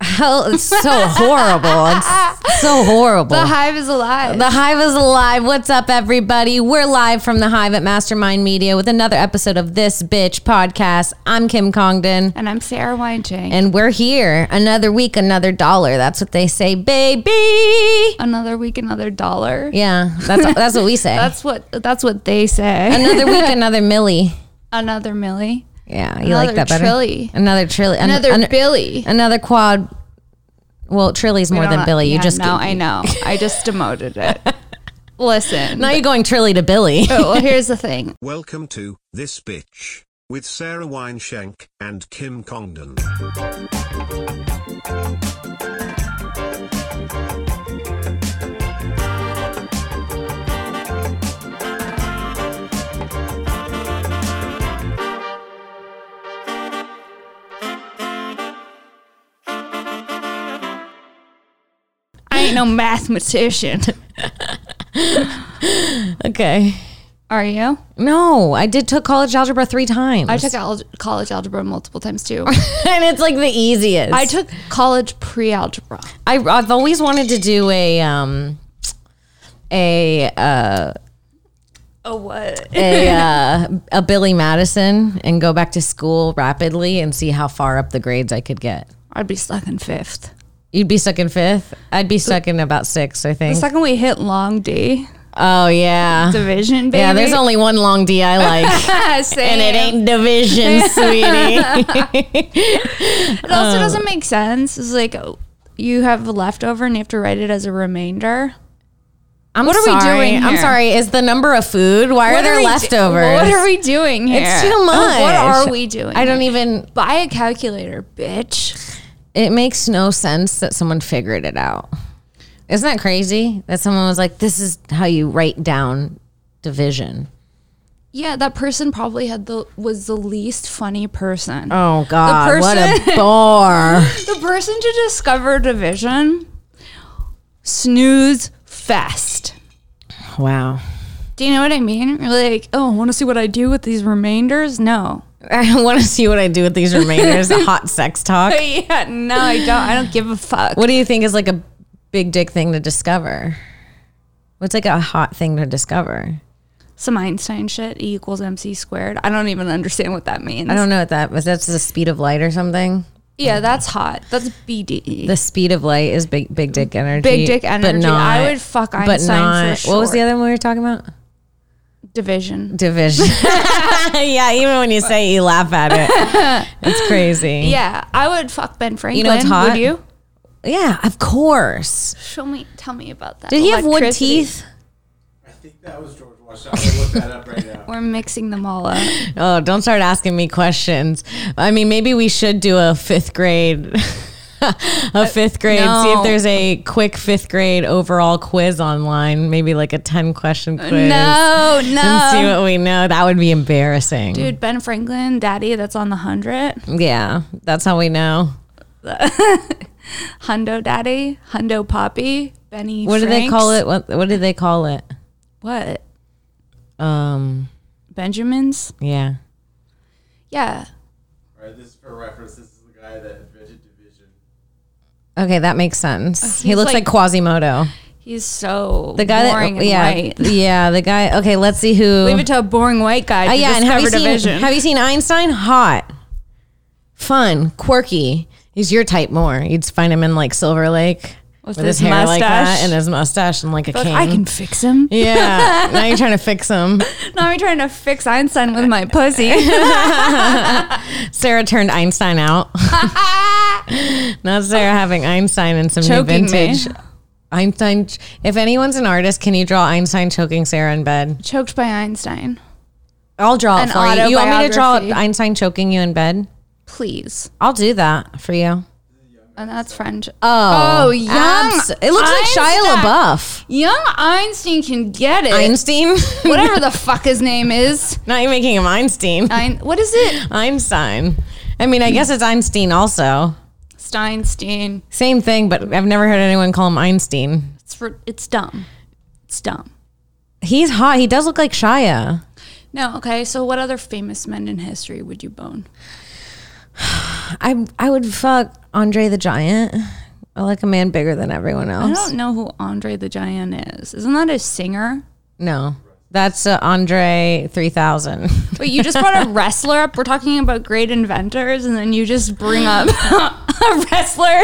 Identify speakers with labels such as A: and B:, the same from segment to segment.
A: Hell, it's so horrible. It's so horrible.
B: The hive is alive.
A: The Hive is alive. What's up, everybody? We're live from the Hive at Mastermind Media with another episode of This Bitch podcast. I'm Kim Congdon,
B: and I'm Sarah Weinjing.
A: and we're here. Another week, another dollar. That's what they say, baby.
B: another week, another dollar.
A: Yeah, that's that's what we say.
B: That's what that's what they say.
A: another week, another millie.
B: another Millie.
A: Yeah, you like
B: Another
A: that better.
B: trilly.
A: Another trilly. An-
B: Another
A: an-
B: Billy.
A: another quad. Well, trilly's more than Billy. you just
B: no, I know. I just demoted it. Listen.
A: now you're going trilly to Billy.
B: but- well, here's the thing.
C: Welcome to This Bitch with Sarah Wineshank and Kim Congdon.
B: I ain't no mathematician.
A: okay.
B: Are you?
A: No, I did took college algebra three times.
B: I took al- college algebra multiple times too.
A: and it's like the easiest.
B: I took college pre-algebra.
A: I, I've always wanted to do a um a uh,
B: Oh what?
A: a uh, a Billy Madison and go back to school rapidly and see how far up the grades I could get.
B: I'd be stuck in fifth.
A: You'd be stuck in fifth. I'd be stuck in about sixth, I
B: The
A: think.
B: second we hit long D
A: Oh yeah,
B: division, baby.
A: yeah. There's only one long D I like, and it ain't division, sweetie.
B: It also doesn't make sense. It's like oh, you have leftover and you have to write it as a remainder.
A: I'm
B: What are we
A: sorry.
B: doing
A: I'm
B: here?
A: sorry. Is the number of food? Why are
B: What
A: there
B: we do-
A: leftovers?
B: what are we doing here? Oh,
A: It's too much.
B: What are we doing?
A: I don't
B: here?
A: even.
B: buy a calculator, bitch.
A: It makes no sense that someone figured it out. Isn't that crazy? That someone was like, this is how you write down division.
B: Yeah, that person probably had the was the least funny person.
A: Oh, God.
B: The
A: what a bore.
B: the person to discover division snooze fest.
A: wow.
B: Do you know what I mean? You're like, oh, want to see what I do with these remainders? No.
A: I want to see what I do with these remainders. Hot sex talk.
B: yeah, no, I don't. I don't give a fuck.
A: What do you think is like a big dick thing to discover? What's like a hot thing to discover?
B: some Einstein shit. E equals MC squared. I don't even understand what that means.
A: I don't know what that was. That's the speed of light or something.
B: yeah, that's hot. That's BDE.
A: The speed of light is big, big dick energy.
B: Big dick
A: but
B: energy. I
A: not-
B: would fuck
A: But
B: Einstein
A: not.
B: for
A: What was the
B: sure.
A: other one we were talking about?
B: division.
A: division. yeah, even when you say it, you laugh at it. It's crazy.
B: Yeah, I would fuck Ben Franklin.
A: what's hot?
B: Would you?
A: Yeah, of course.
B: Show me. Tell me about that.
A: Did he have wood
B: Electricity.
A: teeth?
D: I think that was George Washington. I'll look that up right now.
B: We're mixing them all up.
A: Oh, don't start asking me questions. I mean, maybe we should do a fifth grade. a fifth grade. See if
B: Uh, no.
A: there's a quick fifth grade overall quiz online. Maybe like a 10 question quiz.
B: Uh, no,
A: And see
B: no.
A: what we know. That would be embarrassing.
B: Dude, Ben Franklin, daddy, that's on the hundred.
A: Yeah, that's how we know.
B: Hundo daddy, Hundo poppy, Benny.
A: What do they
B: Franks.
A: call it? What, what do they call it?
B: What?
A: Um,
B: Benjamins?
A: yeah.
B: Yeah.
D: All right, this is for reference. This is the guy that invented division.
A: Okay, that makes sense. He
B: Uh, he's
A: looks like,
B: like-
A: Quasimodo.
B: He's so
A: The guy
B: boring
A: that
B: and
A: yeah,
B: white.
A: yeah, the guy. Okay, let's see who.
B: Leave it to a boring white guy.
A: Uh,
B: to
A: yeah, and have you
B: discover
A: seen
B: division.
A: have you seen Einstein? Hot, fun, quirky. He's your type more. You'd find him in like Silver Lake
B: With
A: his,
B: his
A: hair like that
B: mustache.
A: and his mustache and like a
B: Like,
A: cane.
B: I can fix him.
A: yeah, now you're trying to fix him.
B: Now I'm trying to fix Einstein with my pussy.
A: Sarah turned Einstein out. Not Sarah having Einstein and some
B: Choking
A: new
B: me.
A: vintage. Einstein. ch- If anyone's an artist, can you draw Einstein choking Sarah in bed?
B: Choked by Einstein.
A: I'll draw
B: An
A: it for you. You want me to draw
B: autobiography.
A: Einstein choking you in bed?
B: Please.
A: I'll do that for you.
B: And that's French.
A: Oh,
B: Oh, young
A: abs- it looks like Shia
B: Einstein.
A: LaBeouf.
B: Young Einstein can get it.
A: Einstein.
B: Whatever the fuck his name is.
A: Not you making him Einstein.
B: Ein- what is it?
A: Einstein. I mean, I guess it's Einstein also.
B: Steinstein.
A: Same thing, but I've never heard anyone call him Einstein.
B: It's, for, it's dumb. It's dumb.
A: He's hot. He does look like Shia.
B: No, okay. So what other famous men in history would you bone?
A: I I would fuck Andre the Giant. I like a man bigger than everyone
B: I
A: else.
B: don't know who Andre the Giant is. Isn't that a singer?
A: No, that's uh, Andre three thousand.
B: Wait, you just brought a wrestler up. We're talking about great inventors, and then you just bring up a wrestler.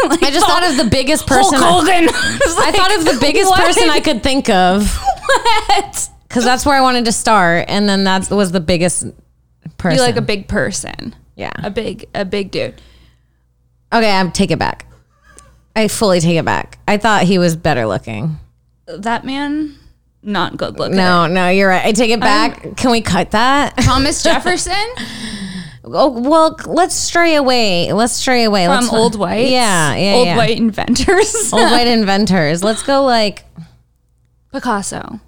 B: You're like,
A: I just thought of the biggest person.
B: Hulk
A: I,
B: Hogan.
A: I thought of the biggest
B: What?
A: person I could think of
B: what?
A: because that's where I wanted to start, and then that was the biggest person.
B: You like a big person,
A: yeah?
B: a big, a big dude.
A: Okay, I take it back. I fully take it back. I thought he was better looking.
B: That man, not good looking.
A: No, no, you're right. I take
B: Um,
A: it back. Can we cut that?
B: Thomas Jefferson.
A: Oh well, let's stray away. Let's stray away.
B: from
A: let's
B: old white.
A: Yeah, yeah,
B: Old
A: yeah.
B: white inventors.
A: Old white inventors. Let's go like
B: Picasso.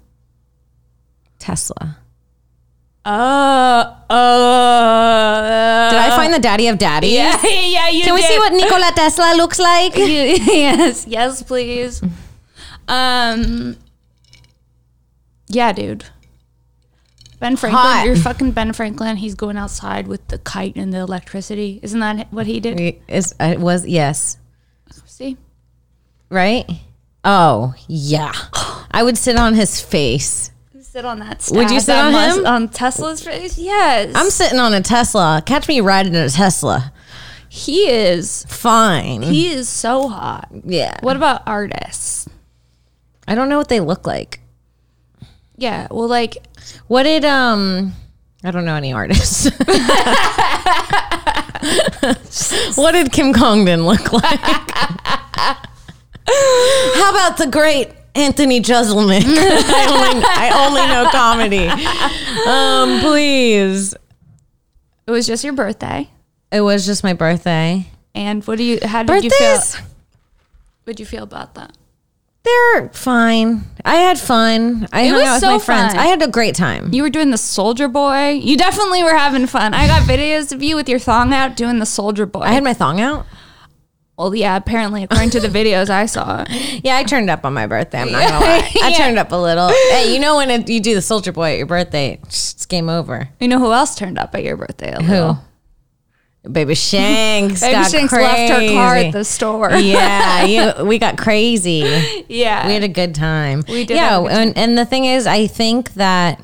A: Tesla.
B: Uh, uh.
A: Did I find the daddy of daddies?
B: Yeah, yeah. You
A: Can we
B: did.
A: see what Nikola Tesla looks like?
B: yes, yes, please. Um, yeah, dude. Ben Franklin,
A: Hot.
B: you're fucking Ben Franklin. He's going outside with the kite and the electricity. Isn't that what he did?
A: Is it was yes,
B: See,
A: right? Oh yeah. I would sit on his face.
B: sit on that.
A: Would you
B: staff
A: sit on
B: Les-
A: him?
B: on Tesla's face? Yes,
A: I'm sitting on a Tesla. Catch me riding in a Tesla.
B: he is.
A: Fine.
B: He is so hot.
A: yeah.
B: What about artists?
A: I don't know what they look like.
B: Yeah, well, like
A: What did um I don't know any artists. what did Kim Congdon look like? How about the great Anthony Jeselnik? I, only, I only know comedy. Um, please.
B: it was just your birthday.
A: It was just my birthday.
B: And what do you? How did you feel?
A: Birthdays,
B: Would you feel about that?
A: they're fine. I had fun. I hung
B: was
A: out with
B: so
A: my friends.
B: fun.
A: I had a great time.
B: You were doing the soldier boy. You definitely were having fun. I got videos of you with your thong out doing the soldier boy.
A: I had my thong out.
B: well, yeah, apparently according to the videos I saw.
A: Yeah, I turned up on my birthday. I'm not gonna lie. I turned up a little. Hey, you know when it, you do the Soldier Boy at your birthday, it's game over.
B: You know who else turned up at your birthday? A
A: Who?
B: little?
A: Baby Shanks.
B: Baby
A: got
B: Shanks left her car
A: crazy.
B: at the store.
A: yeah, you, we got crazy. We
B: yeah.
A: had a good time.
B: We did
A: Yeah,
B: have a good
A: and, and the thing is, I think that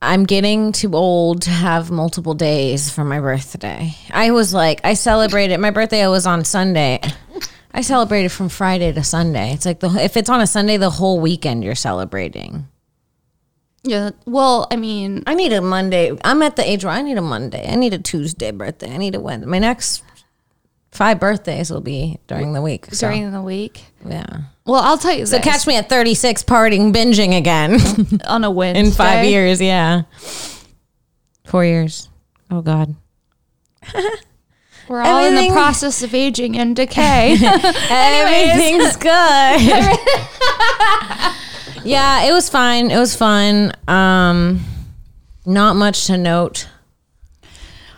A: I'm getting too old to have multiple days for my birthday. I was like, I celebrated my birthday was on Sunday. I celebrated from Friday to Sunday. It's like the if it's on a Sunday, the whole weekend you're celebrating.
B: yeah. Well, I mean,
A: I need a Monday. I'm at the age where I need a Monday. I need a Tuesday birthday. I need a Wednesday. My next five birthdays will be during the week. So,
B: during the week.
A: yeah.
B: Well, I'll tell you. So
A: But catch me at 36 partying, binging again
B: on a Wednesday
A: in five years. Yeah. Four years. Oh, God.
B: We're all in
A: Everything-
B: the process of aging and decay.
A: Everything's good. yeah, it was fine. It was fun. Um, not much to note.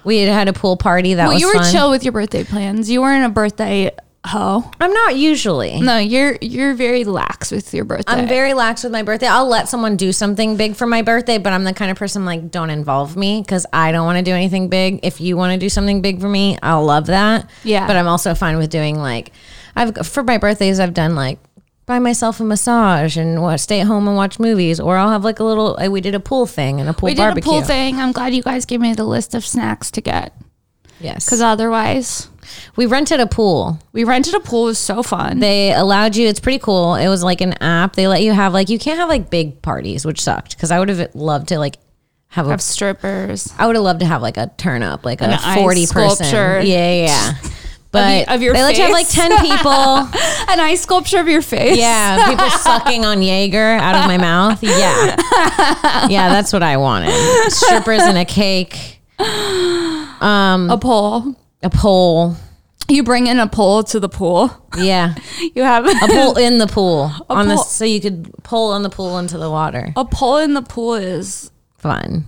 A: We had had a pool party that
B: well,
A: was
B: you were
A: fun.
B: chill with your birthday plans. You weren't a birthday hoe.
A: I'm not usually.
B: No, you're you're very lax with your birthday.
A: I'm very lax with my birthday. I'll let someone do something big for my birthday, but I'm the kind of person like don't involve me because I don't want to do anything big. If you want to do something big for me, I'll love that.
B: Yeah.
A: but I'm also fine with doing like I've for my birthdays I've done like buy myself a massage and wa stay at home and watch movies, or I'll have like a little. uh, We did a pool thing and a pool
B: we did
A: barbecue.
B: a pool thing. I'm glad you guys gave me the list of snacks to get because
A: Yes,
B: otherwise,
A: we rented a pool.
B: we rented a pool. It was so fun.
A: they allowed you it's pretty cool it was like an app they let you have like you can't have like big parties which sucked because i would have loved to like have a
B: have strippers
A: i would have loved to have like a turn up like a
B: ice
A: 40 person
B: sculpture.
A: yeah yeah, yeah but
B: y- of your
A: they let you have like
B: face?
A: 10 people
B: an ice sculpture of your face.
A: yeah people sucking on jaeger out of my mouth yeah yeah that's what i wanted strippers and a cake
B: a pole.
A: a pole
B: You bring in a pole to the pool.
A: yeah
B: You have
A: a pole in the pool on the
B: pole.
A: so you could pull on the pool into the water
B: a pole in the pool is
A: fun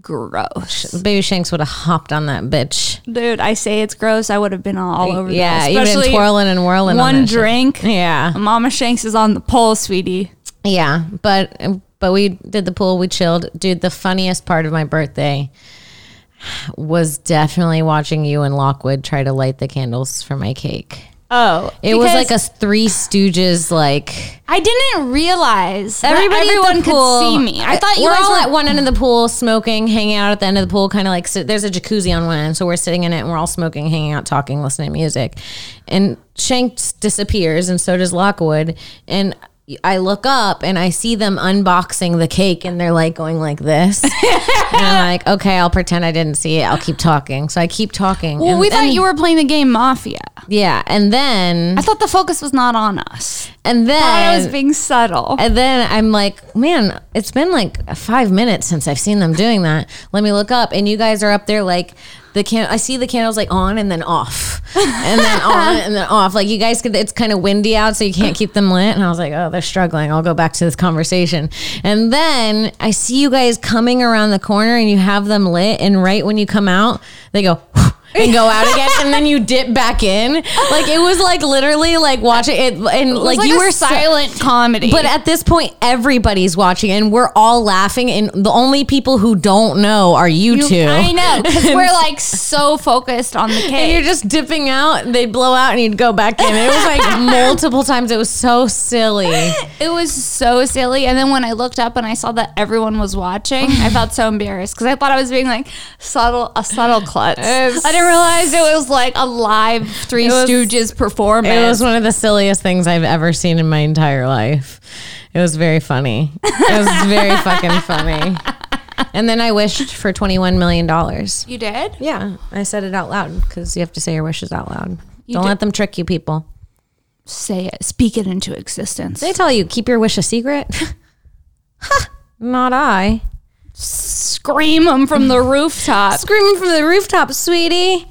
B: gross,
A: Baby Shanks would have hopped on that bitch.
B: dude. I say it's gross. I would have been all over.
A: yeah,
B: that,
A: you've been
B: especially
A: twirling and whirling. on
B: one
A: that shit.
B: drink.
A: Yeah,
B: Mama Shanks is on the pole, sweetie.
A: yeah, but um, But we did the pool, we chilled. Dude, the funniest part of my birthday was definitely watching you and Lockwood try to light the candles for my cake.
B: Oh,
A: It was like a Three Stooges like
B: I didn't realize
A: Everybody
B: that
A: at the
B: everyone could
A: pool-
B: see me. I thought you
A: we're
B: guys
A: all
B: uh, were
A: at one end of the pool smoking, hanging out at the end of the pool, kind of like sit, there's a jacuzzi on one end, so we're sitting in it and we're all smoking, hanging out, talking, listening to music, and Shank disappears, and so does Lockwood, and. I look up and I see them unboxing the cake and they're like going like this. and I'm like, okay, I'll pretend I didn't see it. I'll keep talking. So I keep talking.
B: Well,
A: and
B: we thought
A: then-
B: you were playing the game Mafia.
A: Yeah. And then,
B: I thought the focus was not on us.
A: and then
B: I thought I was being subtle.
A: And then I'm like, man, it's been like five minutes since I've seen them doing that. Let me look up, and you guys are up there like the can. I see the candles like on and then off, and then on and then off. Like you guys, could, it's kind of windy out, so you can't keep them lit. And I was like, oh, they're struggling. I'll go back to this conversation. And then I see you guys coming around the corner, and you have them lit. And right when you come out, they go. And go out again, and then you dip back in. Like it was like literally like watching it, and like,
B: like
A: you
B: a
A: were silent.
B: silent comedy.
A: But at this point, everybody's watching and we're all laughing. And the only people who don't know are you,
B: You-
A: two.
B: I know because we're like so focused on the
A: And you're
B: cake.
A: just dipping out, they blow out, and you'd go back in. It was like multiple times. It was so silly.
B: It was so silly. And then when I looked up and I saw that everyone was watching, I felt so embarrassed because I thought I was being like subtle, a subtle klutz.
A: It's-
B: I didn't realize it was like a live Three
A: was-
B: Stooges performance.
A: It was one of the silliest things I've ever seen in my entire life. It was very funny. It was very fucking funny. And then I wished for $21 million.
B: you did?
A: Yeah, I said it out loud because you have to say your wishes out loud. don't
B: did-
A: let them trick you, people.
B: Say it. Speak it into existence.
A: They tell you keep your wish a secret. Ha, Not I.
B: Scream them from the rooftop.
A: Screaming from the rooftop, sweetie.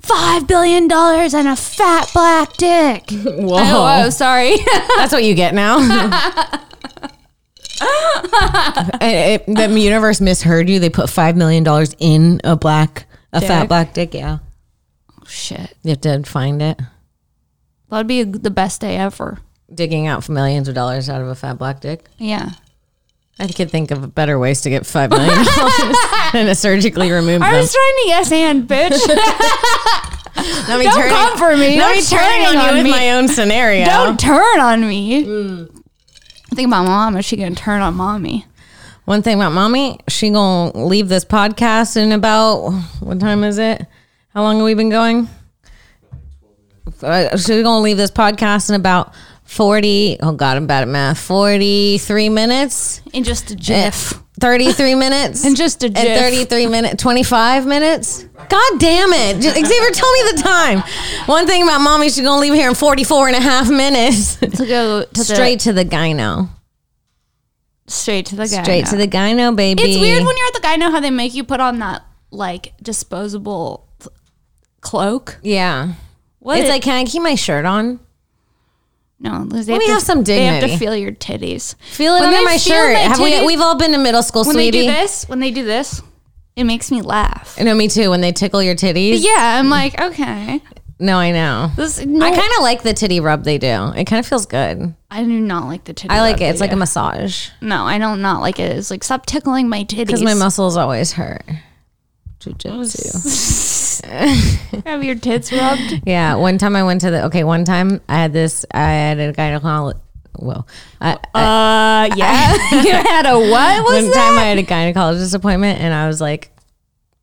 B: Five billion dollars and a fat black dick.
A: Whoa.
B: Oh, oh sorry.
A: That's what you get now. It- it- the universe misheard you. They put $5 million in a black, a fat
B: Dick.
A: black dick. Yeah.
B: Oh, Shit.
A: You have to find it.
B: That'd be the best day ever.
A: Digging out millions of dollars out of a fat black dick.
B: Yeah.
A: I could think of better ways to get $5 million than to surgically remove
B: I
A: them.
B: was trying to yes and bitch.
A: Let me
B: Don't
A: turn it-
B: come for me.
A: Let me
B: Don't
A: turn
B: turn
A: on you
B: on
A: with
B: me.
A: my own scenario.
B: Don't turn on me. I Mm. think about mom. Is she gonna turn on mommy?
A: One thing about mommy, she gonna leave this podcast in about what time is it? How long have we been going? Uh, She's gonna leave this podcast in about forty. Oh God, I'm bad at math. Forty-three minutes,
B: In just a jiff.
A: thirty-three minutes,
B: In just a jiff.
A: at thirty-three minutes, twenty-five minutes. God damn it, Just- Xavier, tell me the time. One thing about mommy, she's gonna leave here in 44 and a half minutes,
B: to go to
A: straight to the gyno,
B: the, straight to the guy.
A: straight to the gyno, baby.
B: It's weird when you're at the guy. Know how they make you put on that like disposable th- cloak?
A: yeah.
B: What?
A: it's
B: is-
A: like, can I keep my shirt on?
B: no. They
A: me
B: to,
A: have some
B: They have
A: dignity.
B: to feel your titties.
A: Feel it
B: When
A: under
B: they
A: my
B: feel
A: shirt.
B: my
A: Have we?
B: titties-
A: We've all been to middle school,
B: When they
A: sweetie.
B: do this, when they do this, it makes me laugh.
A: No, me too. When they tickle your titties.
B: Yeah, I'm like, okay.
A: No, I know.
B: This,
A: I kind of like the titty rub they do. It kind of feels good.
B: I do not like the titty.
A: I like
B: rub
A: it. It's
B: they
A: like a
B: do.
A: massage
B: no. I don't not like it. It's like stop tickling my titties.
A: because my muscles always hurt. Jujitsu.
B: have your tits rubbed.
A: Yeah. One time I went to the. Okay. One time I had this. I had a gynecologist. Whoa. I,
B: Uh, yeah. you had a what?
A: one time I had a gynecologist appointment and I was like,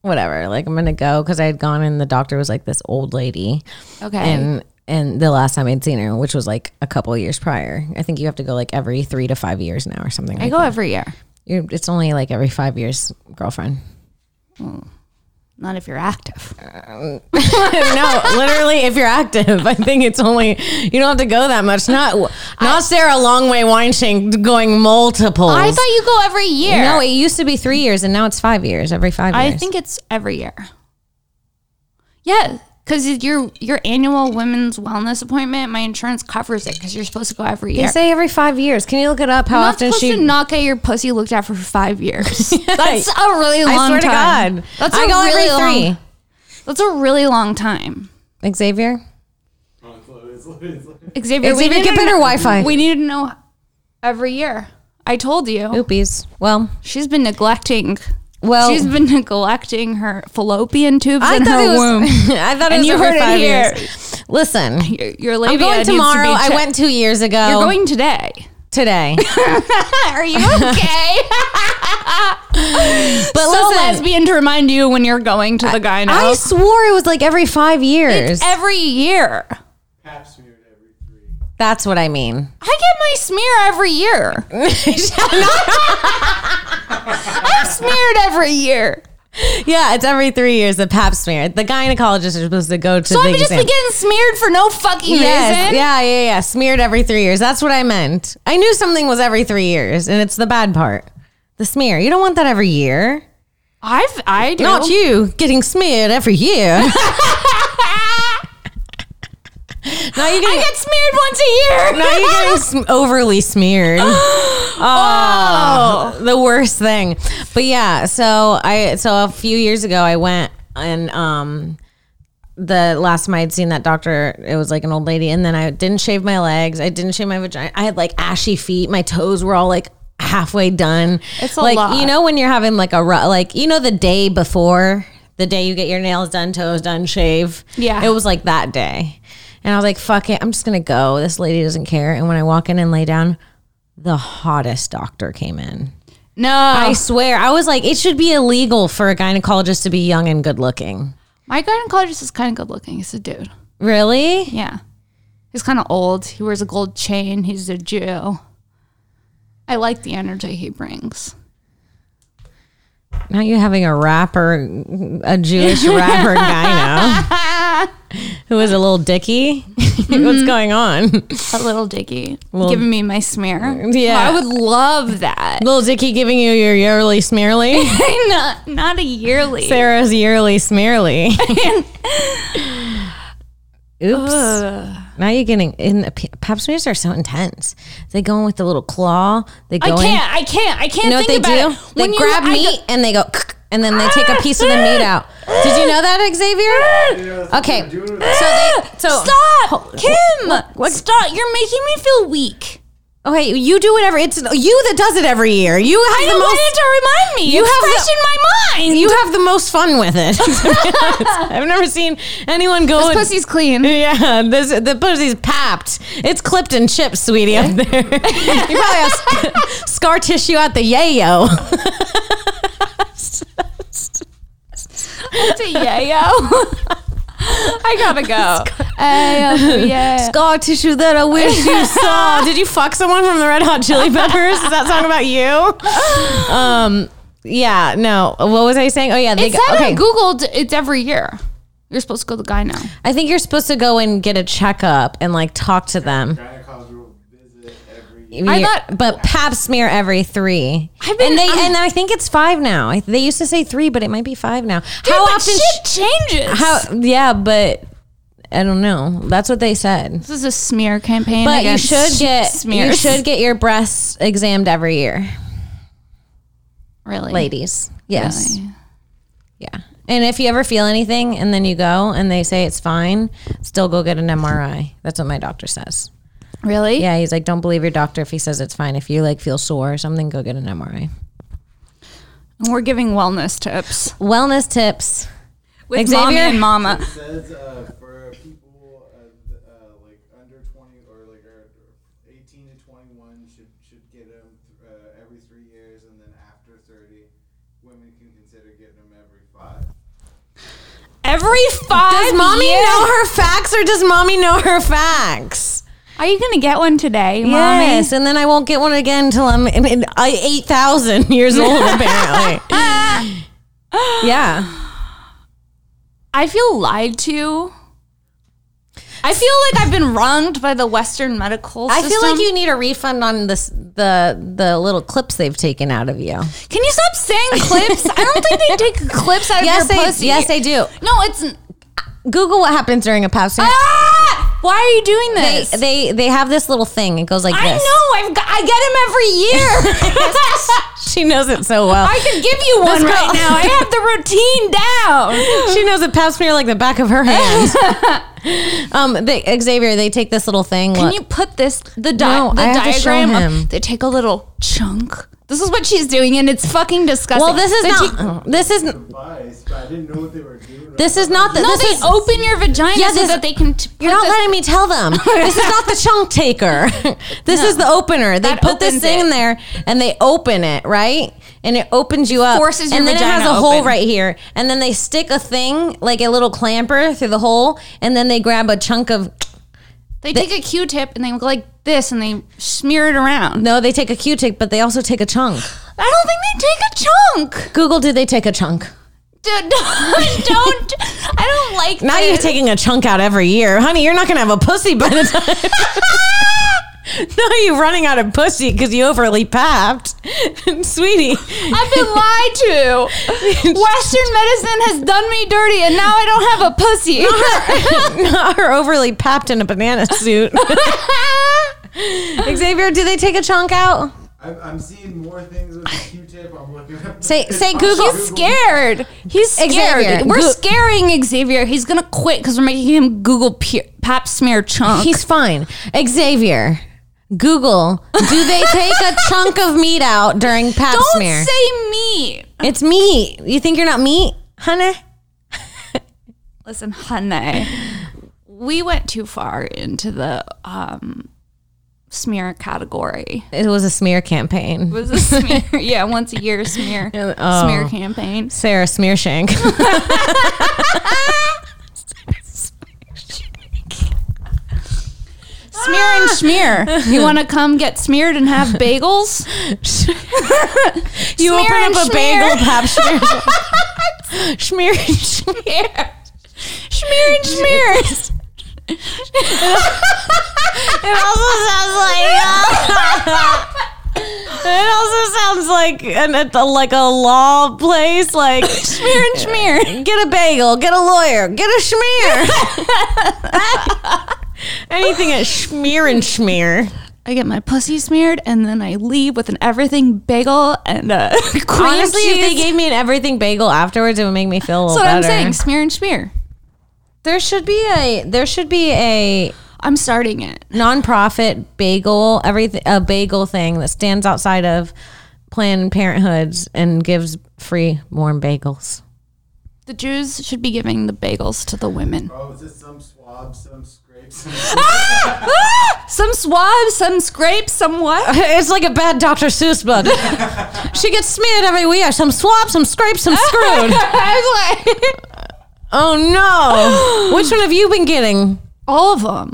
A: whatever. Like I'm gonna go because I had gone and the doctor was like this old lady.
B: Okay.
A: and and the last time I'd seen her, which was like a couple of years prior. I think you have to go like every three to five years now or something.
B: I
A: Like
B: go every year.
A: You're, it's only like every five years, girlfriend.
B: Not if you're active.
A: no, literally, if you're active, I think it's only you don't have to go that much. Not not Sarah Longway Wineshank going multiple.
B: I thought you go every year.
A: no, it used to be three years, and now it's five years. Every five
B: I
A: years,
B: think it's every year. Yeah, because your your annual women's wellness appointment, my insurance covers it because you're supposed to go every
A: They
B: year.
A: say every five years. Can you look it up? How
B: You're not
A: often
B: supposed
A: she?
B: to not get your pussy looked at for five years. That's a really long
A: I swear
B: time.
A: to God,
B: That's
A: I
B: a
A: go
B: really
A: every
B: long- That's a really long time.
A: three. Xavier,
D: On Chloe's, Chloe's, Chloe's.
B: Xavier,
A: Xavier,
B: we need
A: get
B: to
A: better
B: know-
A: Wi-Fi.
B: We need to know every year. I told you.
A: Oopies. Well,
B: She's been neglecting.
A: well.
B: she's been neglecting her fallopian tubes
A: Oh. I
B: in
A: thought
B: her
A: it was.
B: womb.
A: I thought it
B: And
A: was
B: you
A: every
B: heard it
A: five
B: here.
A: years. Listen,
B: Your, your
A: I'm
B: labia
A: going
B: needs to be
A: tomorrow. I
B: checked.
A: went two years ago.
B: You're going today.
A: today.
B: Are you okay?
A: But
B: so
A: listen,
B: lesbian to remind you when you're going to the guy now.
A: I swore it was like every five years.
B: every year.
D: Pap smeared every three.
A: That's what I mean.
B: I get my smear every year. I'm smeared every year.
A: Yeah, it's every three years the pap smear. The gynecologist is supposed to go to
B: So
A: the
B: I'm just
A: exam.
B: like, getting smeared for no fucking
A: Yes.
B: reason.
A: Yeah, yeah, yeah. Smeared every three years. That's what I meant. I knew something was every three years, and it's the bad part. The smear. You don't want that every year.
B: I've I do.
A: Not you getting smeared every year. now
B: I
A: you're getting,
B: get smeared once a year.
A: now you're getting sm- overly smeared.
B: oh.
A: the worst thing. But yeah, so I so a few years ago I went and um the last time I had seen that doctor, it was like an old lady, and then I didn't shave my legs, I didn't shave my vagina, I had like ashy feet, my toes were all like halfway done.
B: It's a
A: like
B: lot.
A: you know when you're having like a ru- like you know the day before the day you get your nails done, toes done, shave.
B: Yeah.
A: it was like that day, and I was like, fuck it, I'm just gonna go. This lady doesn't care. And when I walk in and lay down, the hottest doctor came in.
B: No.
A: I swear. I was like, it should be illegal for a gynecologist to be young and good looking.
B: My gynecologist is kind of good looking. He's a dude.
A: Really?
B: Yeah. He's kind of old. He wears a gold chain. He's a Jew. I like the energy he brings.
A: Now you're having a rapper, a Jewish rapper gyno who is a little dicky. What's going on?
B: A little diggy giving me my smear.
A: Yeah.
B: I would love that.
A: Little dicky giving you your yearly smearly.
B: not, not a yearly.
A: Sarah's yearly smearly. Oops. Now you're getting in. the p- Pap smears are so intense. They go in with the little claw. They
B: I
A: go in.
B: can't. I can't. I can't
A: You know what
B: think
A: they
B: about
A: do?
B: it.
A: They
B: you-
A: grab
B: I
A: meat
B: go-
A: and they go, "Kuk," and then they take a piece of the meat out. Did you know that, Xavier? Okay. So they, so
B: Stop, Kim. Stop. You're making me feel weak.
A: okay, you do whatever. It's you that does it every year. You
B: I
A: have the
B: don't want
A: most.
B: it to remind me.
A: You
B: You it's
A: have
B: fresh
A: the-
B: in my mind.
A: You have the most fun with it. I've never seen anyone go. and-
B: pussy's clean.
A: Yeah, this the pussy's papped. It's clipped and chipped, sweetie, up there. you probably have sc- scar tissue at the yayo.
B: It's a yayo. I gotta go. Ayo, oh, yeah.
A: scar tissue that I wish you saw. Did you fuck someone from the Red Hot Chili Peppers? Is that song about you? Um, yeah, no. What was I saying? Oh yeah, they
B: It
A: go,
B: said
A: okay.
B: I Googled it's every year. You're supposed to go to the guy now.
A: I think you're supposed to go and get a checkup and like talk to them.
D: Gynecological visit every
A: You're-
B: thought-
A: but pap smear every three.
B: I've been-
A: and they
B: I'm-
A: and I think it's five now. I, they used to say three, but it might be five now.
B: How
A: how
B: but
A: often?
B: shit changes.
A: How? Yeah, but I don't know. That's what they said.
B: this is a smear campaign.
A: But you
B: against
A: should get you
B: smears.
A: should get your breasts examined every year.
B: really
A: ladies. Yes.
B: Really?
A: Yeah. And if you ever feel anything and then you go and they say it's fine, still go get an MRI. That's what my doctor says.
B: Really?
A: Yeah, he's like, don't believe your doctor if he says it's fine. If you like feel sore or something, go get an MRI.
B: And We're giving wellness tips
A: Wellness tips.
B: with
A: Xavier?
B: mommy and mama.
D: It says uh, for people uh, th- uh, like under 20 or like are 18 to 21 should should get them uh, every three years, and then after 30, women can consider getting them every five.
B: Every five
A: Does mommy
B: years.
A: know her facts or does mommy know her facts?
B: Are you gonna get one today, mommy?
A: Yes, and then I won't get one again until I'm in- in- I- 8,000 years old, apparently. yeah.
B: I feel lied to. I feel like I've been wronged by the Western medical
A: I
B: system.
A: feel like you need a refund on this the the little clips they've taken out of you.
B: Can you stop saying clips? I don't think they take clips out of
A: Yes,
B: your
A: I
B: pussy.
A: yes I do.
B: No, it's.
A: Google what happens during a pap smear.
B: Ah! Why are you doing
A: They,
B: this?
A: they they have this little thing. It goes like
B: I
A: this.
B: know. I've got, I get them every year.
A: She knows it so well.
B: I could give you one
A: girl-
B: right now. I have the routine down.
A: she knows a pap smear like the back of her hand. um, they, Xavier, they take this little thing.
B: Can
A: look.
B: you put this the, di-
A: No,
B: the
A: I have to show
B: diagram? up?
A: him.
B: they take a little chunk. This is what she's doing, and it's fucking disgusting.
A: well, this is
B: They
A: not.
B: take-
A: this is
D: Bias, but I didn't know what they were doing.
A: this is not the.
B: no,
A: this
B: they
A: is,
B: open your vagina
A: Yeah,
B: so
A: this-
B: that they can. T-
A: You're
B: put
A: not
B: this- Oh,
A: letting me tell them. This is not the chunk taker. This is the opener. They
B: That
A: put this
B: opens
A: thing
B: it.
A: in there and they open it, right? And it opens you up.
B: Forces your
A: and then it has
B: vagina
A: a hole
B: open.
A: right here. And then they stick a thing, like a little clamper through the hole, and then they grab a chunk of
B: They take a Q-tip and they go like this, and they smear it around.
A: no, they take a Q tip, but they also take a chunk.
B: I don't think they take a chunk.
A: Google did they take a chunk?
B: D- don't, don't- I don't like.
A: Now you're
B: this.
A: taking a chunk out every year. Honey, you're not going to have a pussy by the time. no, you're running out of pussy because you overly papped. Sweetie.
B: I've been lied to. Western medicine has done me dirty, and now I don't have a pussy.
A: Not her overly papped in a banana suit. Xavier, do they take a chunk out?
D: I'm, I'm seeing more things with the Q-tip. I'm looking up.
A: Say- say
D: I'm
A: Google-
B: He's scared. He's scared.
A: Xavier,
B: We're
A: Goo-
B: scaring Xavier. He's gonna quit because we're making him Google pe- pap smear chunk.
A: He's fine. Xavier, Google, do they take a chunk of meat out during pap
B: don't
A: smear?
B: say me.
A: it's meat. You think you're not meat, honey?
B: Listen, honey, we went too far into the um, smear category.
A: It was a smear campaign.
B: It was a smear, yeah, once a year smear smear campaign.
A: Sarah Smearshank.
B: Smear and smear. You want to come get smeared and have bagels?
A: you
B: Smear
A: open
B: and
A: up a
B: smear.
A: bagel pap smear. smear and smear.
B: Yeah. Smear and smears.
A: It also sounds like. uh, it also sounds like an a, like a law place. Like
B: Smear and smear.
A: get a bagel, get a lawyer, get a schmear. Anything at schmear and schmear.
B: I get my pussy smeared and then I leave with an everything bagel and a cream
A: Honestly,
B: cheese.
A: if they gave me an everything bagel afterwards, it would make me feel a little
B: That's what
A: better.
B: I'm saying. Smear and smear.
A: There should be a there should be a
B: I'm starting it.
A: nonprofit bagel everything a bagel thing that stands outside of Planned Parenthoods and gives free warm bagels.
B: The Jews should be giving the bagels to the women.
D: Oh, is this some swab, some scrape? Some
B: Some swabs, some scrapes, some what?
A: It's like a bad Dr. Seuss book. she gets smeared every year. Some swab, some scrape, some screwed.
B: I was like,
A: oh no! Which one have you been getting?
B: all of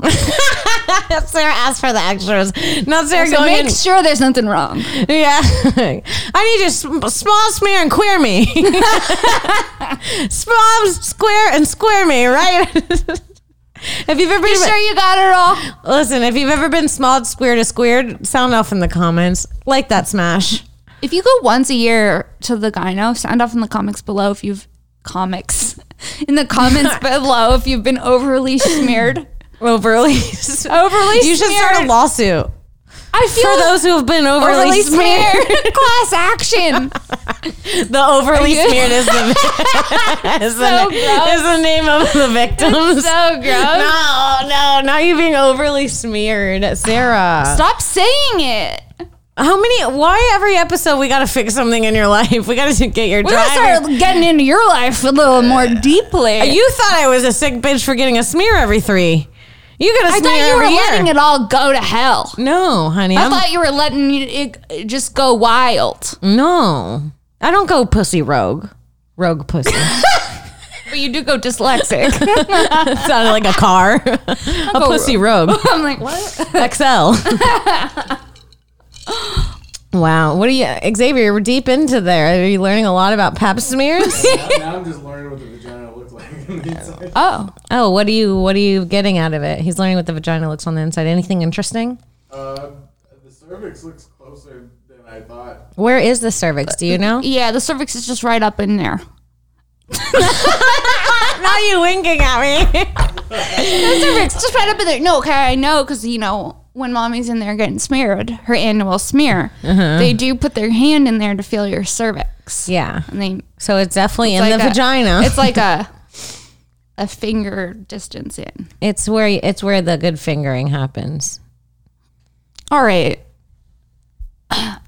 B: them.
A: Sarah asked for the extras, not Sarah
B: So
A: going.
B: make sure there's nothing wrong.
A: in- yeah, I need you sm- small smear and queer me. Small square and square me, right? if you've ever been,
B: Make sure you got it all.
A: listen, if you've ever been small square to squared, sound off in the comments. Like that smash.
B: If you go once a year to the gyno, sound off in the comics below if you've comics in the comments below if you've been overly smeared.
A: Overly,
B: Overly
A: You should start a
B: smeared.
A: lawsuit.
B: I feel
A: For those who have been overly,
B: overly
A: smeared,
B: smeared. Class action.
A: the overly
B: Are you-
A: smeared is the, is,
B: So
A: the, is the name of the victims.
B: So gross.
A: no, no, not you being overly smeared, Sarah.
B: Stop saying it.
A: How many? Why every episode we got to fix something in your life? We got to get your
B: We're gonna
A: driver.
B: start getting into your life a little more deeply.
A: You thought I was a sick bitch for getting a smear every three. You got a
B: I
A: smear
B: thought you were
A: every
B: letting
A: year.
B: it all go to hell.
A: no, honey.
B: I
A: I'm-
B: thought you were letting it, it just go wild.
A: no, I don't go pussy rogue. Rogue pussy.
B: But you do go dyslexic.
A: Sounded like a car. a
B: go
A: pussy rogue.
B: I'm like, what?
A: XL. wow. What are you, Xavier? We're deep into there. Are you learning a lot about pap smears?
D: now I'm just learning what the vagina looked like on the inside.
B: Oh.
A: oh, what are you? What are you getting out of it? He's learning what the vagina looks on the inside. Anything interesting?
D: Uh, the cervix looks closer than I thought.
A: Where is the cervix? Do you know?
B: Yeah, the cervix is just right up in there.
A: Not you winking at me.
B: That's different. It's just right up in there. No, okay, I know because you know when mommy's in there getting smeared, her annual smear,
A: Uh-huh.
B: they do put their hand in there to feel your cervix,
A: Yeah.
B: and they
A: So it's definitely
B: it's
A: in
B: like
A: the
B: a-
A: vagina.
B: It's like a a finger distance in.
A: It's where it's where the good fingering happens.
B: All right.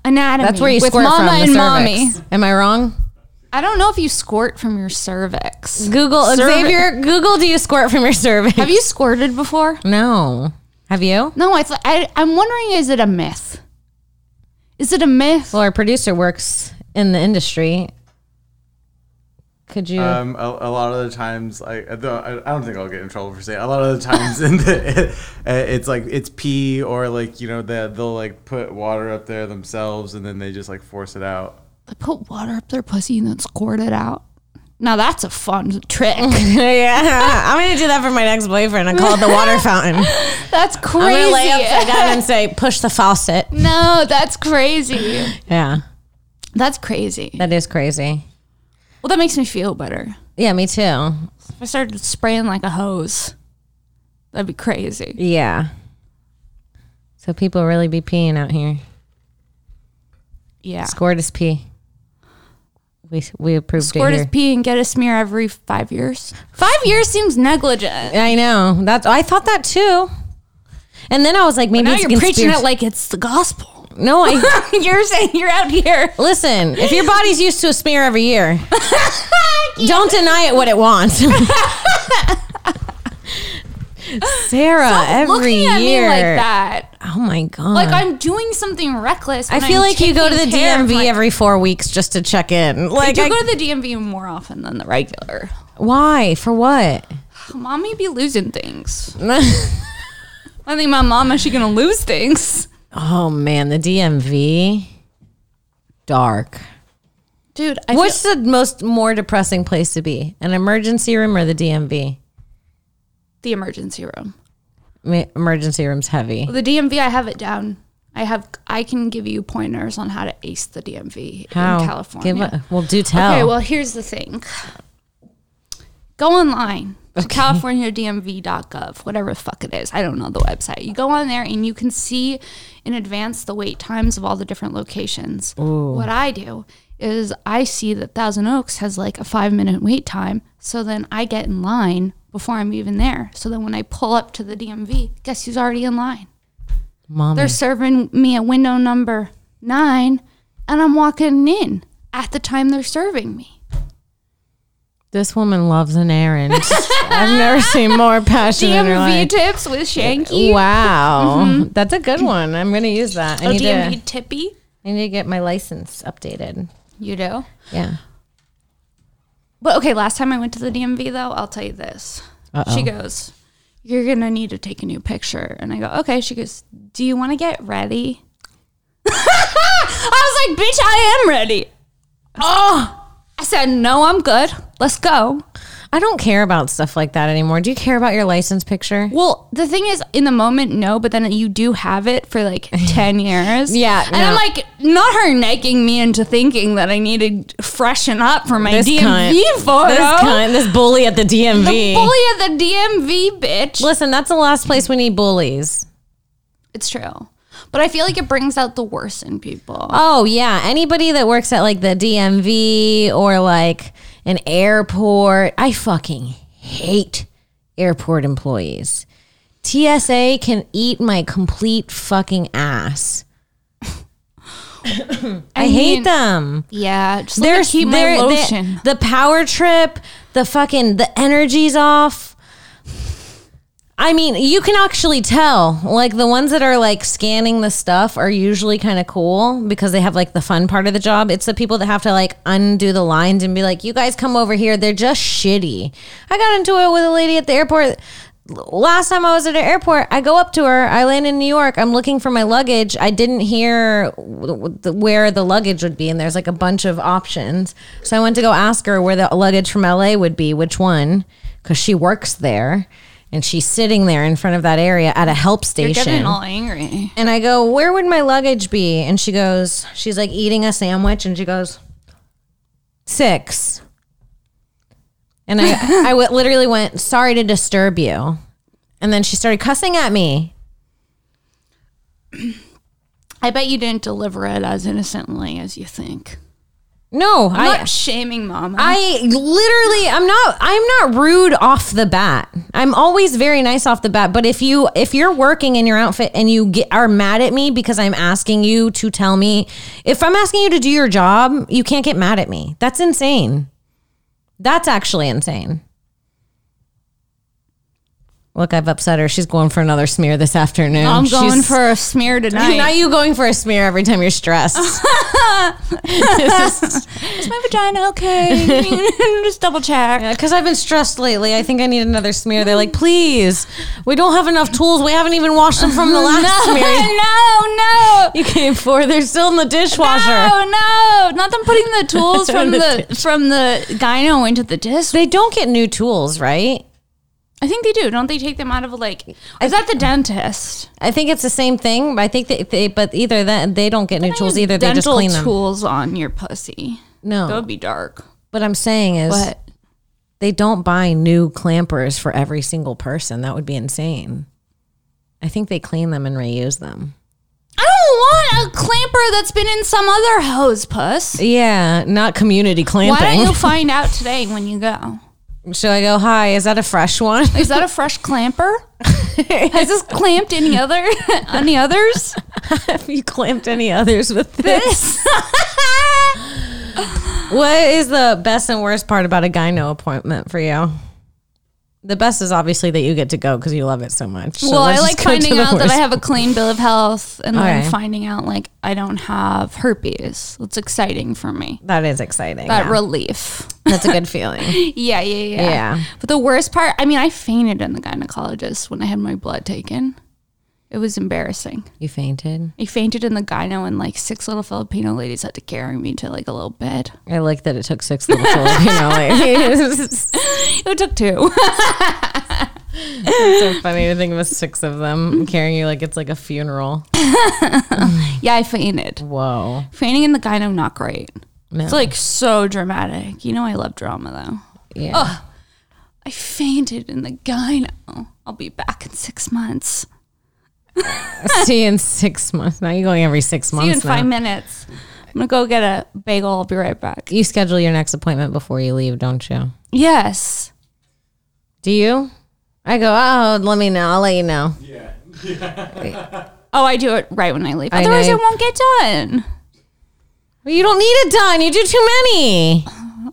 B: Anatomy.
A: That's where you
B: with
A: squirt
B: mama
A: from the
B: and
A: cervix.
B: mommy.
A: Am I wrong?
B: I don't know if you squirt from your cervix.
A: Google
B: Cervi-
A: Xavier. Google. Do you squirt from your cervix?
B: Have you squirted before?
A: no. Have you?
B: No, it's I, I'm wondering is it a myth? Is it a myth?
A: Well, our producer works in the industry. Could you?
D: Um, a, a lot of the times, like, though I, I don't think I'll get in trouble for saying. A lot of the times, in the, uh, it's like it's pee or like you know they they'll like put water up there themselves and then they just like force it out.
B: They put water up their pussy and then squirt it out. Now that's a fun trick.
A: yeah, I'm gonna do that for my next boyfriend. I call it the water fountain.
B: that's
A: I'm gonna lay
B: crazy.
A: upside down and say, "Push the faucet."
B: No, that's crazy.
A: Yeah,
B: That's crazy.
A: that is crazy.
B: Well, that makes me feel better.
A: Yeah, me too.
B: If I started spraying like a hose, that'd be crazy.
A: Yeah. So people really be peeing out here.
B: Yeah.
A: Squirt is pee. We we approved
B: Squirt
A: it
B: his
A: here.
B: pee and get a smear every five years. Five years seems negligent.
A: I know. That's I thought that too. And then I was like, maybe
B: Now
A: it's
B: you're preaching
A: conspiracy-
B: it like it's the gospel.
A: no, I
B: you're saying you're out here.
A: listen. If your body's used to a smear every year, don't deny it what it wants. Sarah, every
B: looking at
A: year.
B: me like that.
A: Oh my god!
B: Like I'm doing something reckless.
A: I
B: when
A: feel
B: I'm
A: like you go to the
B: taking care of
A: DMV
B: my-
A: every four weeks just to check in.
B: I
A: Like,
B: do
A: I-
B: go to the DMV more often than the regular.
A: why? For what?
B: Mommy be losing things. I think my mom is she gonna lose things,
A: Oh man, the DMV. Dark.
B: dude. I
A: What's the most more depressing place to be? An emergency room or the DMV?
B: the emergency room?
A: Me- Emergency room's heavy.
B: The DMV, I have it down. I have. I can give you pointers on how to ace the DMV
A: How?
B: in California.
A: Give a- well, do tell.
B: Okay, well, here's the thing. Go online to californiadmv.gov, whatever the fuck it is. I don't know the website. You go on there and you can see in advance the wait times of all the different locations. What I do is I see that Thousand Oaks has like a five minute wait time. So then I get in line before I'm even there. So then when I pull up to the DMV, guess who's already in line?
A: Mommy.
B: They're serving me a window number nine, and I'm walking in at the time they're serving me.
A: This woman loves an errand. I've never seen more passion in her
B: DMV
A: life.
B: tips with Shanky.
A: Wow, that's a good one. I'm gonna use that. I
B: Oh,
A: need
B: DMV
A: to.
B: tippy.
A: I need to get my license updated.
B: You do.
A: Yeah.
B: But okay, last time I went to the DMV though, I'll tell you this. She goes, "You're gonna need to take a new picture," and I go, "Okay." She goes, "Do you want to get ready?" I was like, "Bitch, I am ready." Oh, I said, "No, I'm good. Let's go."
A: I don't care about stuff like that anymore. Do you care about your license picture?
B: Well, the thing is, in the moment, no, but then you do have it for like 10 years.
A: Yeah,
B: And I'm
A: no.
B: like, not her nagging me into thinking that I needed to freshen up for my
A: This
B: DMV
A: cunt.
B: photo.
A: This cunt, this bully at the DMV.
B: The bully of the DMV, bitch.
A: Listen, that's the last place we need bullies.
B: It's true. But I feel like it brings out the worst in people.
A: Oh yeah, anybody that works at like the DMV or like an airport, I fucking hate airport employees. TSA can eat my complete fucking ass. I, hate
B: mean,
A: them.
B: yeah. Just let me
A: There's
B: keep my
A: there- there-
B: lotion.
A: the power trip, the fucking the energy's off. I mean, you can actually tell. Like the ones that are like scanning the stuff are usually kind of cool because they have like the fun part of the job. It's the people that have to like undo the lines and be like, "You guys come over here." They're just shitty. I got into it with a lady at the airport last time I was at an airport, I go up to her. I land in New York. I'm looking for my luggage. I didn't hear w- w- the- where the luggage would be, and there's like a bunch of options. So I went to go ask her where the luggage from LA would be, which one, because she works there, and she's sitting there in front of that area at a help
B: You're
A: station.
B: getting all angry.
A: And I go, Where would my luggage be? And she goes, She's like eating a sandwich and she goes, Six. And I, I w- literally went, sorry to disturb you. And then she started cussing at me.
B: I bet you didn't deliver it as innocently as you think.
A: No,
B: I'm
A: I,
B: not shaming mama.
A: I literally, I'm not, I'm not rude off the bat. I'm always very nice off the bat. But if you, if you're working in your outfit and you get, are mad at me because I'm asking you to tell me, if I'm asking you to do your job, you can't get mad at me. That's insane. That's actually insane. Look, I've upset her. She's going for another smear this afternoon.
B: I'm going
A: She's-
B: for a smear tonight.
A: Now you going for a smear every time you're stressed.
B: Is my vagina okay? Just double check.
A: Because I've been stressed lately. I think I need another smear. They're like, please, we don't have enough tools. We haven't even washed them from the last smear
B: no, no.
A: you came for. They're still in the dishwasher.
B: No, no. Not them putting the tools from the from the gyno into the disc.
A: They don't get new tools, right?
B: I think they do. Don't they take them out of like is that the dentist?
A: I think it's the same thing. but I think they, they but either that they don't get new tools either. They just
B: Dental
A: clean them. Oh.
B: tools on your pussy. That
A: No,
B: would be dark.
A: what I'm saying is
B: But
A: they don't buy new clampers for every single person. That would be insane. I think they clean them and reuse them.
B: I don't want a clamper that's been in some other hose puss.
A: Yeah, not community
B: Why don't
A: clamping.
B: you find out today when you go?
A: Should I go? Hi, is that a fresh one?
B: Is that a fresh clamper? Has this clamped any other any others?
A: Have you clamped any others with this?
B: This
A: what is the best and worst part about a gyno appointment for you? The best is obviously that you get to go because you love it so much. So
B: well, I
A: let's
B: like
A: just go to
B: finding
A: the
B: out that I
A: worst.
B: have a clean bill of health and then
A: Okay.
B: finding out like I don't have herpes. That's exciting for me.
A: That is exciting.
B: That
A: yeah.
B: relief.
A: That's a good feeling.
B: Yeah, yeah, yeah.
A: Yeah.
B: But the worst part, I mean, I fainted in the gynecologist when I had my blood taken. It was embarrassing.
A: You fainted.
B: I fainted in the gyno and like six little Filipino ladies had to carry me to like a little bed.
A: I like that it took six little tools. You know, like, it's
B: It took two.
A: so funny to think of six of them carrying you like it's like a funeral.
B: yeah, I fainted.
A: Whoa.
B: Fainting in the gyno, not great.
A: No.
B: It's like so dramatic. You know, I love drama though.
A: yeah.
B: I fainted in the gyno. I'll be back in six months.
A: See you in six months. Now you're going every six
B: See you in
A: months. now.
B: five minutes. I'm gonna go get a bagel. I'll be right back.
A: you schedule your next appointment before you leave, don't you?
B: Yes.
A: Do you? I go, oh, let me know. I'll let you know.
B: Oh, I do it right when I leave.
A: I
B: Otherwise,
A: know.
B: it won't get done.
A: Well, you don't need it done. You do too many.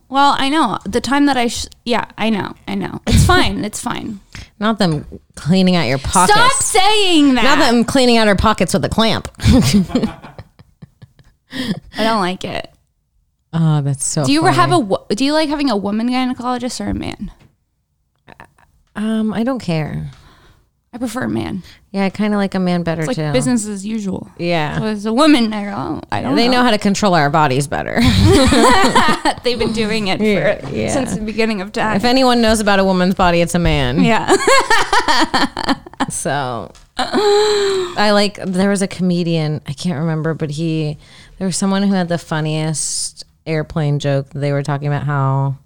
B: Well, I know the time that I. Sh- yeah, I know. I know. It's fine. It's fine.
A: Not them cleaning out your pockets.
B: Stop saying
A: Not
B: that.
A: them cleaning out her pockets with a clamp.
B: I don't like it.
A: Oh, that's so.
B: Do you ever have a? wo- Do you like having a woman gynecologist or a man?
A: Um, I don't care.
B: I prefer a man.
A: Yeah, I kind of like a man better
B: It's like
A: too.
B: business as usual.
A: Yeah,
B: As a woman, I don't. I don't
A: they
B: know.
A: know how to control our bodies better.
B: They've been doing it for,
A: Yeah, yeah.
B: since the beginning of time.
A: if anyone knows about a woman's body, it's a man.
B: yeah.
A: So I like there was a comedian, I can't remember, but he there was someone who had the funniest airplane joke. They were talking about how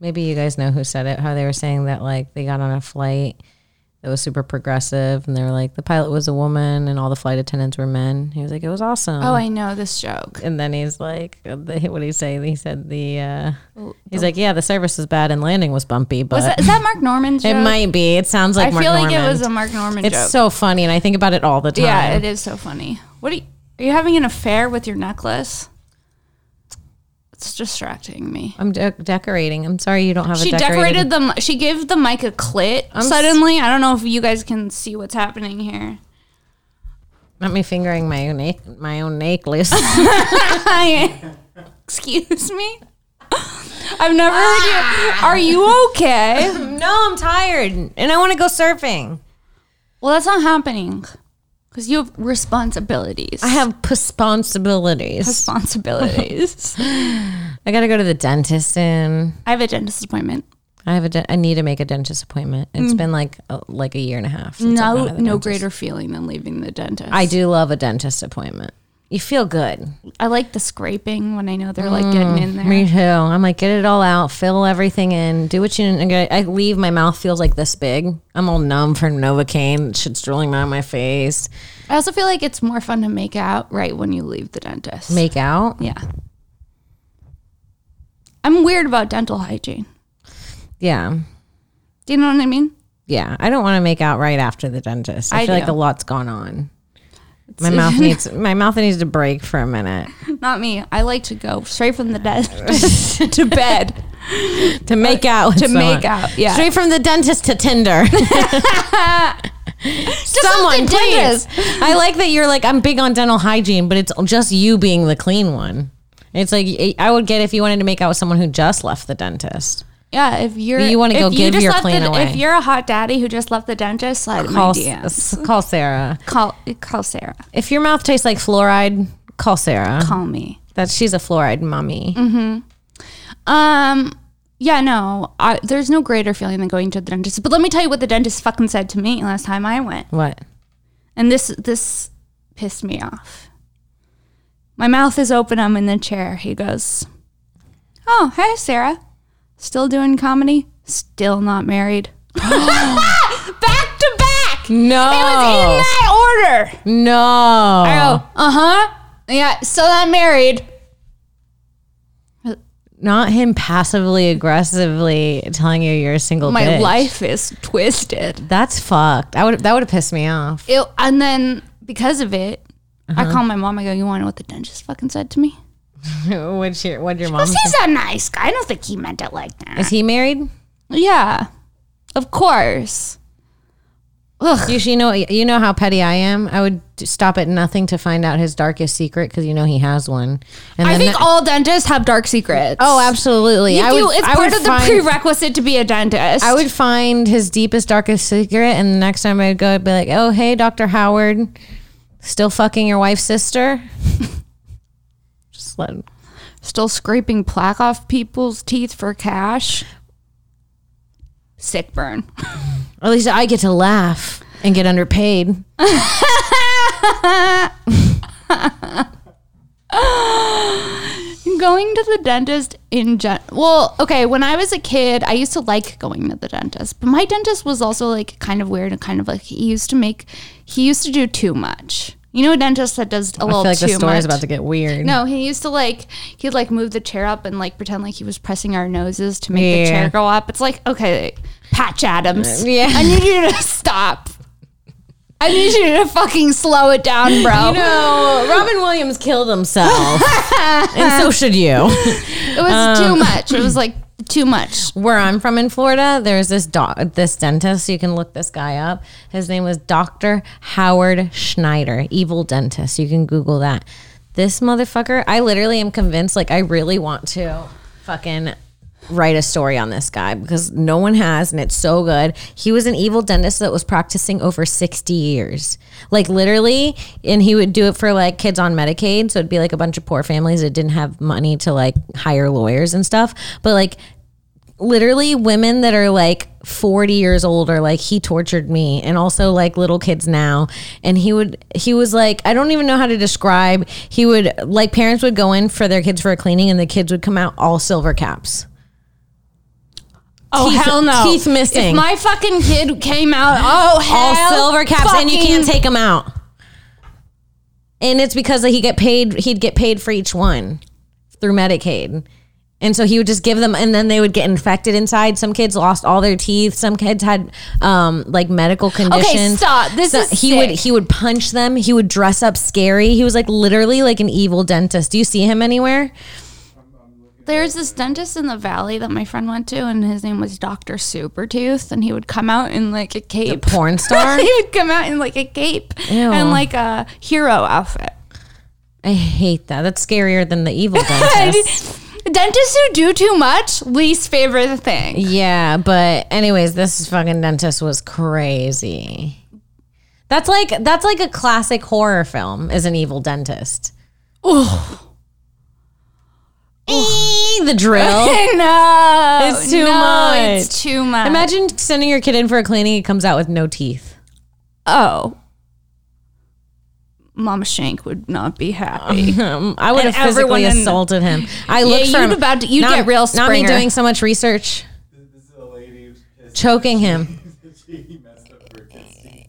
A: maybe you guys know who said it, how they were saying that like they got on a flight that was super progressive and they were like the pilot was a woman and all the flight attendants were men. He was like it was awesome.
B: Oh, I know this joke.
A: and then he's like, what did he say? He said the, uh, he's like, yeah, the service was bad and landing was bumpy, but
B: Was that, is that Mark Norman's
A: it
B: joke?
A: might be. It sounds like
B: I
A: Mark
B: feel like it
A: Norman.
B: was a Mark Norman
A: It's
B: joke.
A: so funny, and I think about it all the time.
B: yeah, it is so funny. What are you, are you having an affair with your necklace? It's distracting me.
A: I'm de- decorating. I'm sorry you don't have
B: She
A: a
B: decorated
A: decorated.
B: the. mi- She gave the mic a clit
A: s-
B: suddenly. I don't know if you guys can see what's happening here.
A: Not me fingering my own na- my own necklace.
B: I, excuse me. I've never heard you. Are you okay?
A: no, I'm tired, and I want to go surfing.
B: Well, that's not happening because you have responsibilities.
A: I have responsibilities.
B: responsibilities.
A: I got to go to the dentist, and
B: I have a dentist appointment.
A: I have a de- I need to make a dentist appointment. It's been like a, like a year and a half. Since
B: Mm. No,
A: I've gone to the
B: no
A: dentist.
B: greater feeling than leaving the dentist.
A: I do love a dentist appointment. You feel good.
B: I like the scraping when I know they're like getting in there.
A: Mm, Me too. I'm like, get it all out, fill everything in, do what you need. I I leave, my mouth feels like this big. I'm all numb from Novocaine. Shit's drooling down my face.
B: I also feel like it's more fun to make out right when you leave the dentist.
A: Make out.
B: yeah. I'm weird about dental hygiene.
A: Yeah.
B: Do you know what I mean?
A: Yeah. I don't want to make out right after the dentist. I,
B: I
A: feel like
B: do.
A: a lot's gone on. My mouth needs my mouth needs to break for a minute
B: Not me. I like to go straight from the dentist to bed.
A: Uh, to make out with
B: to make
A: someone.
B: out, yeah.
A: straight from the dentist to Tinder.
B: something
A: Someone, please. I like that you're like I'm big on dental hygiene, but it's just you being the clean one. It's like I would get if you wanted to make out with someone who just left the dentist.
B: Yeah, if you're
A: You wanna
B: if
A: go give
B: just
A: your
B: left
A: clean
B: the,
A: away.
B: If you're a hot daddy who just left the dentist, slide in my
A: Call,
B: DMs.
A: S- call Sarah.
B: Call call Sarah.
A: If your mouth tastes like fluoride, call Sarah.
B: Call me.
A: That she's a fluoride mommy.
B: Um. Yeah, no, I, there's no greater feeling than going to the dentist. But let me tell you what the dentist fucking said to me last time I went,
A: What?
B: and this this pissed me off. My mouth is open. I'm in the chair. He goes, "Oh, hey, Sarah, still doing comedy? Still not married? back to back.
A: No.
B: It was in that order."
A: no.
B: I go, uh huh. Yeah, still not married.
A: Not him passively aggressively telling you you're a single.
B: My
A: bitch.
B: life is twisted.
A: That's fucked. I would that would have pissed me off.
B: It, and then because of it,
A: Uh-huh.
B: I call my mom. I go, you want to know what the dentist fucking said to me?
A: What'd your What'd your mom?
B: Because he's a nice guy. I don't think he meant it like that.
A: Is he married?
B: Yeah, of course. Ugh.
A: You, sh- you know you know how petty I am. I would d- stop at nothing to find out his darkest secret because you know he has one. And
B: I
A: then
B: think
A: that-
B: all dentists have dark secrets.
A: oh, absolutely.
B: You
A: I would.
B: do. It's
A: I
B: part
A: would
B: of the
A: find-
B: prerequisite to be a dentist.
A: I would find his deepest, darkest secret, and the next time I'd go, I'd be like, "Oh, hey, Doctor Howard, still fucking your wife's sister?" Just let.
B: still scraping plaque off people's teeth for cash. Sick burn.
A: Or at least I get to laugh and get underpaid.
B: Going to the dentist in gen- well, okay. When I was a kid, I used to like going to the dentist, but my dentist was also like kind of weird and kind of like he used to make he used to do too much. You know, a dentist that does a
A: I
B: little
A: feel like
B: too
A: the story
B: much.
A: is about to get weird.
B: no, he used to like he'd like move the chair up and like pretend like he was pressing our noses to make the
A: Yeah. Uh,
B: chair go up. It's like okay, Patch Adams.
A: Yeah.
B: I need you to stop. I need you to fucking slow it down, bro.
A: No, Robin Williams killed himself, and so should you.
B: It was
A: um,
B: too much. It was like too much.
A: Where I'm from in Florida, there's this doc, this dentist. You can look this guy up. His name was Doctor Howard Schneider, evil dentist. You can Google that. This motherfucker. I literally am convinced. Like I really want to fucking write a story on this guy because no one has and it's so good. He was an evil dentist that was practicing over 60 years. Like literally, and he would do it for like kids on Medicaid, so it'd be like a bunch of poor families that didn't have money to like hire lawyers and stuff. But like literally women that are like 40 years old are like he tortured me and also like little kids now and he would he was like i don't even know how to describe he would like parents would go in for their kids for a cleaning and the kids would come out all silver caps
B: Oh
A: Teeth-
B: hell no!
A: teeth missing.
B: If my fucking kid came out, oh hell,
A: all silver caps and you can't
B: fucking-
A: take them out and it's because he get paid he'd get paid for each one through medicaid and so he would just give them and then they would get infected inside some kids lost all their teeth some kids had um, like medical conditions
B: stop. This is
A: he would
B: sick.
A: he would punch them he would dress up scary he was like literally like an evil dentist do you see him anywhere
B: There's this dentist in the valley that my friend went to, and his name was Doctor Supertooth, and he would come out in like a
A: a
B: cape.
A: porn star
B: he would come out in like a cape
A: Ew.
B: and like a hero outfit.
A: i hate that that's scarier than the evil dentist
B: Dentists who do too much, least favorite thing.
A: Yeah, but anyways, this fucking dentist was crazy. That's like that's like a classic horror film is an evil dentist. Ooh. The drill.
B: no,
A: It's too
B: no,
A: much.
B: It's too much.
A: Imagine sending your kid in for a cleaning, it comes out with no teeth.
B: oh, Mama Shank would not be
A: Um,
B: happy.
A: I would
B: And
A: have physically
B: everyone in-
A: assaulted him. I looked
B: you'd
A: for him.
B: about to- you'd
A: not,
B: get real
A: Not me
B: Springer.
A: doing so much research,
D: This is a lady who's pissed
A: choking him.
D: that she messed up her kids.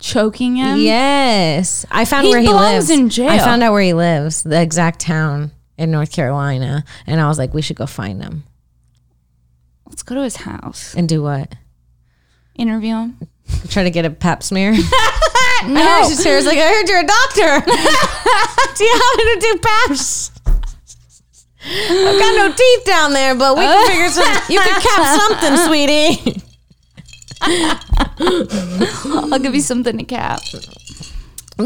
B: Choking him.
A: Yes, I found
B: He
A: where he
B: belongs
A: lives.
B: in jail.
A: I found out where he lives, the exact town in North Carolina, and I was like, we should go find him
B: Let's go to his house.
A: and do what?
B: Interview him.
A: Try to get a pap smear.
B: No.
A: I heard she was like, I heard you're a doctor. do you happen to do paps? I've got no teeth down there, but we can figure some. You can cap something, sweetie.
B: I'll give you something to cap.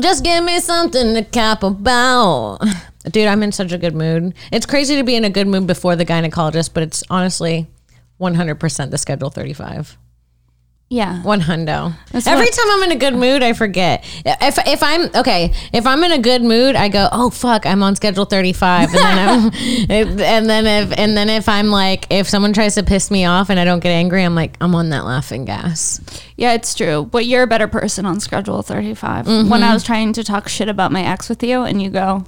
A: Just give me something to cap about. Dude, I'm in such a good mood. It's crazy to be in a good mood before the gynecologist, but it's honestly 100% the schedule 35.
B: Yeah.
A: One hundo.
B: That's
A: Every
B: what-
A: time I'm in a good mood, I forget. If if I'm okay, if I'm in a good mood, I go, oh fuck, I'm on schedule 35, and then I'm, it- and then if and then if I'm like, if someone tries to piss me off and I don't get angry, I'm like, I'm on that laughing gas.
B: Yeah, it's true. But you're a better person on schedule 35. When I was trying to talk shit about my ex with you, and you go,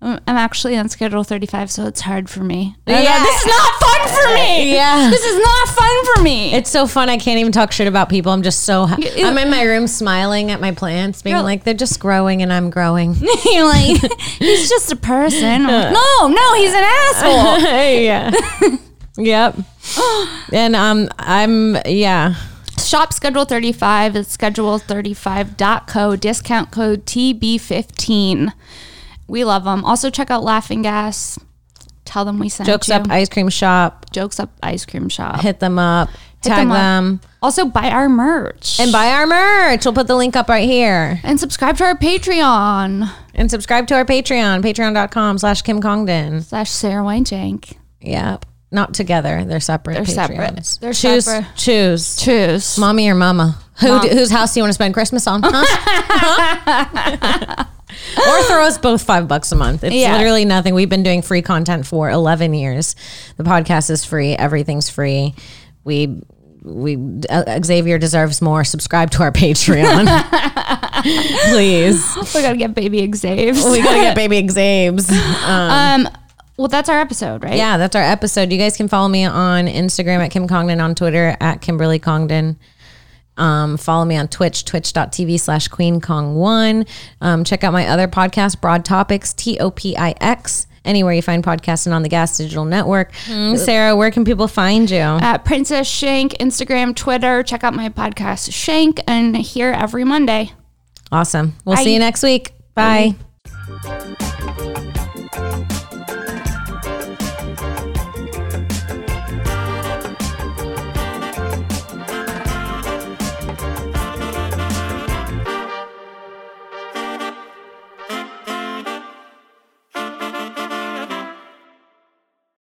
B: I'm I'm actually on schedule 35, so it's hard for me. And I go,
A: Yeah.
B: this is not fun for me.
A: Yeah.
B: This is not fun for me.
A: It's so fun. I can't even talk shit about people. I'm just so ha-
B: You-
A: I'm in my room smiling at my plants, being
B: You're-
A: like, they're just growing and I'm growing.
B: You're like, he's just a person. I'm like, no, no, he's an asshole.
A: yeah. yep. And um, I'm yeah.
B: Shop Schedule 35 is schedule35.co, discount code TB15. We love them. Also, check out Laughing Gas. Tell them we sent
A: Jokes
B: you.
A: up ice cream shop.
B: Jokes Up Ice Cream Shop.
A: hit them up,
B: them
A: tag them,
B: up. Also, buy our merch.
A: and buy our merch. We'll put the link up right here.
B: and subscribe to our Patreon
A: And subscribe to our Patreon, patreon.com slash Kim Congdon.
B: slash Sarah Winejank.
A: Yep. Not together. They're separate.
B: They're separate.
A: Patreons.
B: They're
A: choose,
B: separate.
A: Choose.
B: Choose.
A: Mommy or mama? Who, do- whose house do you want to spend Christmas on? Huh? Huh? or throw us both five bucks a month. It's
B: Yeah.
A: literally nothing. We've been doing free content for 11 years. The podcast is free. Everything's free. We, we, uh, Xavier deserves more. Subscribe to our Patreon. Please.
B: We gotta get baby Xaves.
A: We got to get baby Xabes.
B: um, well, that's our episode, right?
A: Yeah, that's our episode. You guys can follow me on Instagram at Kim Congdon, on Twitter at Kimberly Congdon. Um, follow me on Twitch, twitch.tv slash Queen Kong1. Um, check out my other podcast, Broad Topics, T O P I X, anywhere you find podcasts and on the Gas Digital Network. Sarah, where can people find you?
B: At Princess Shank, Instagram, Twitter. Check out my podcast, Shank, and here every Monday.
A: Awesome. We'll
B: Bye.
A: see you next week. Bye.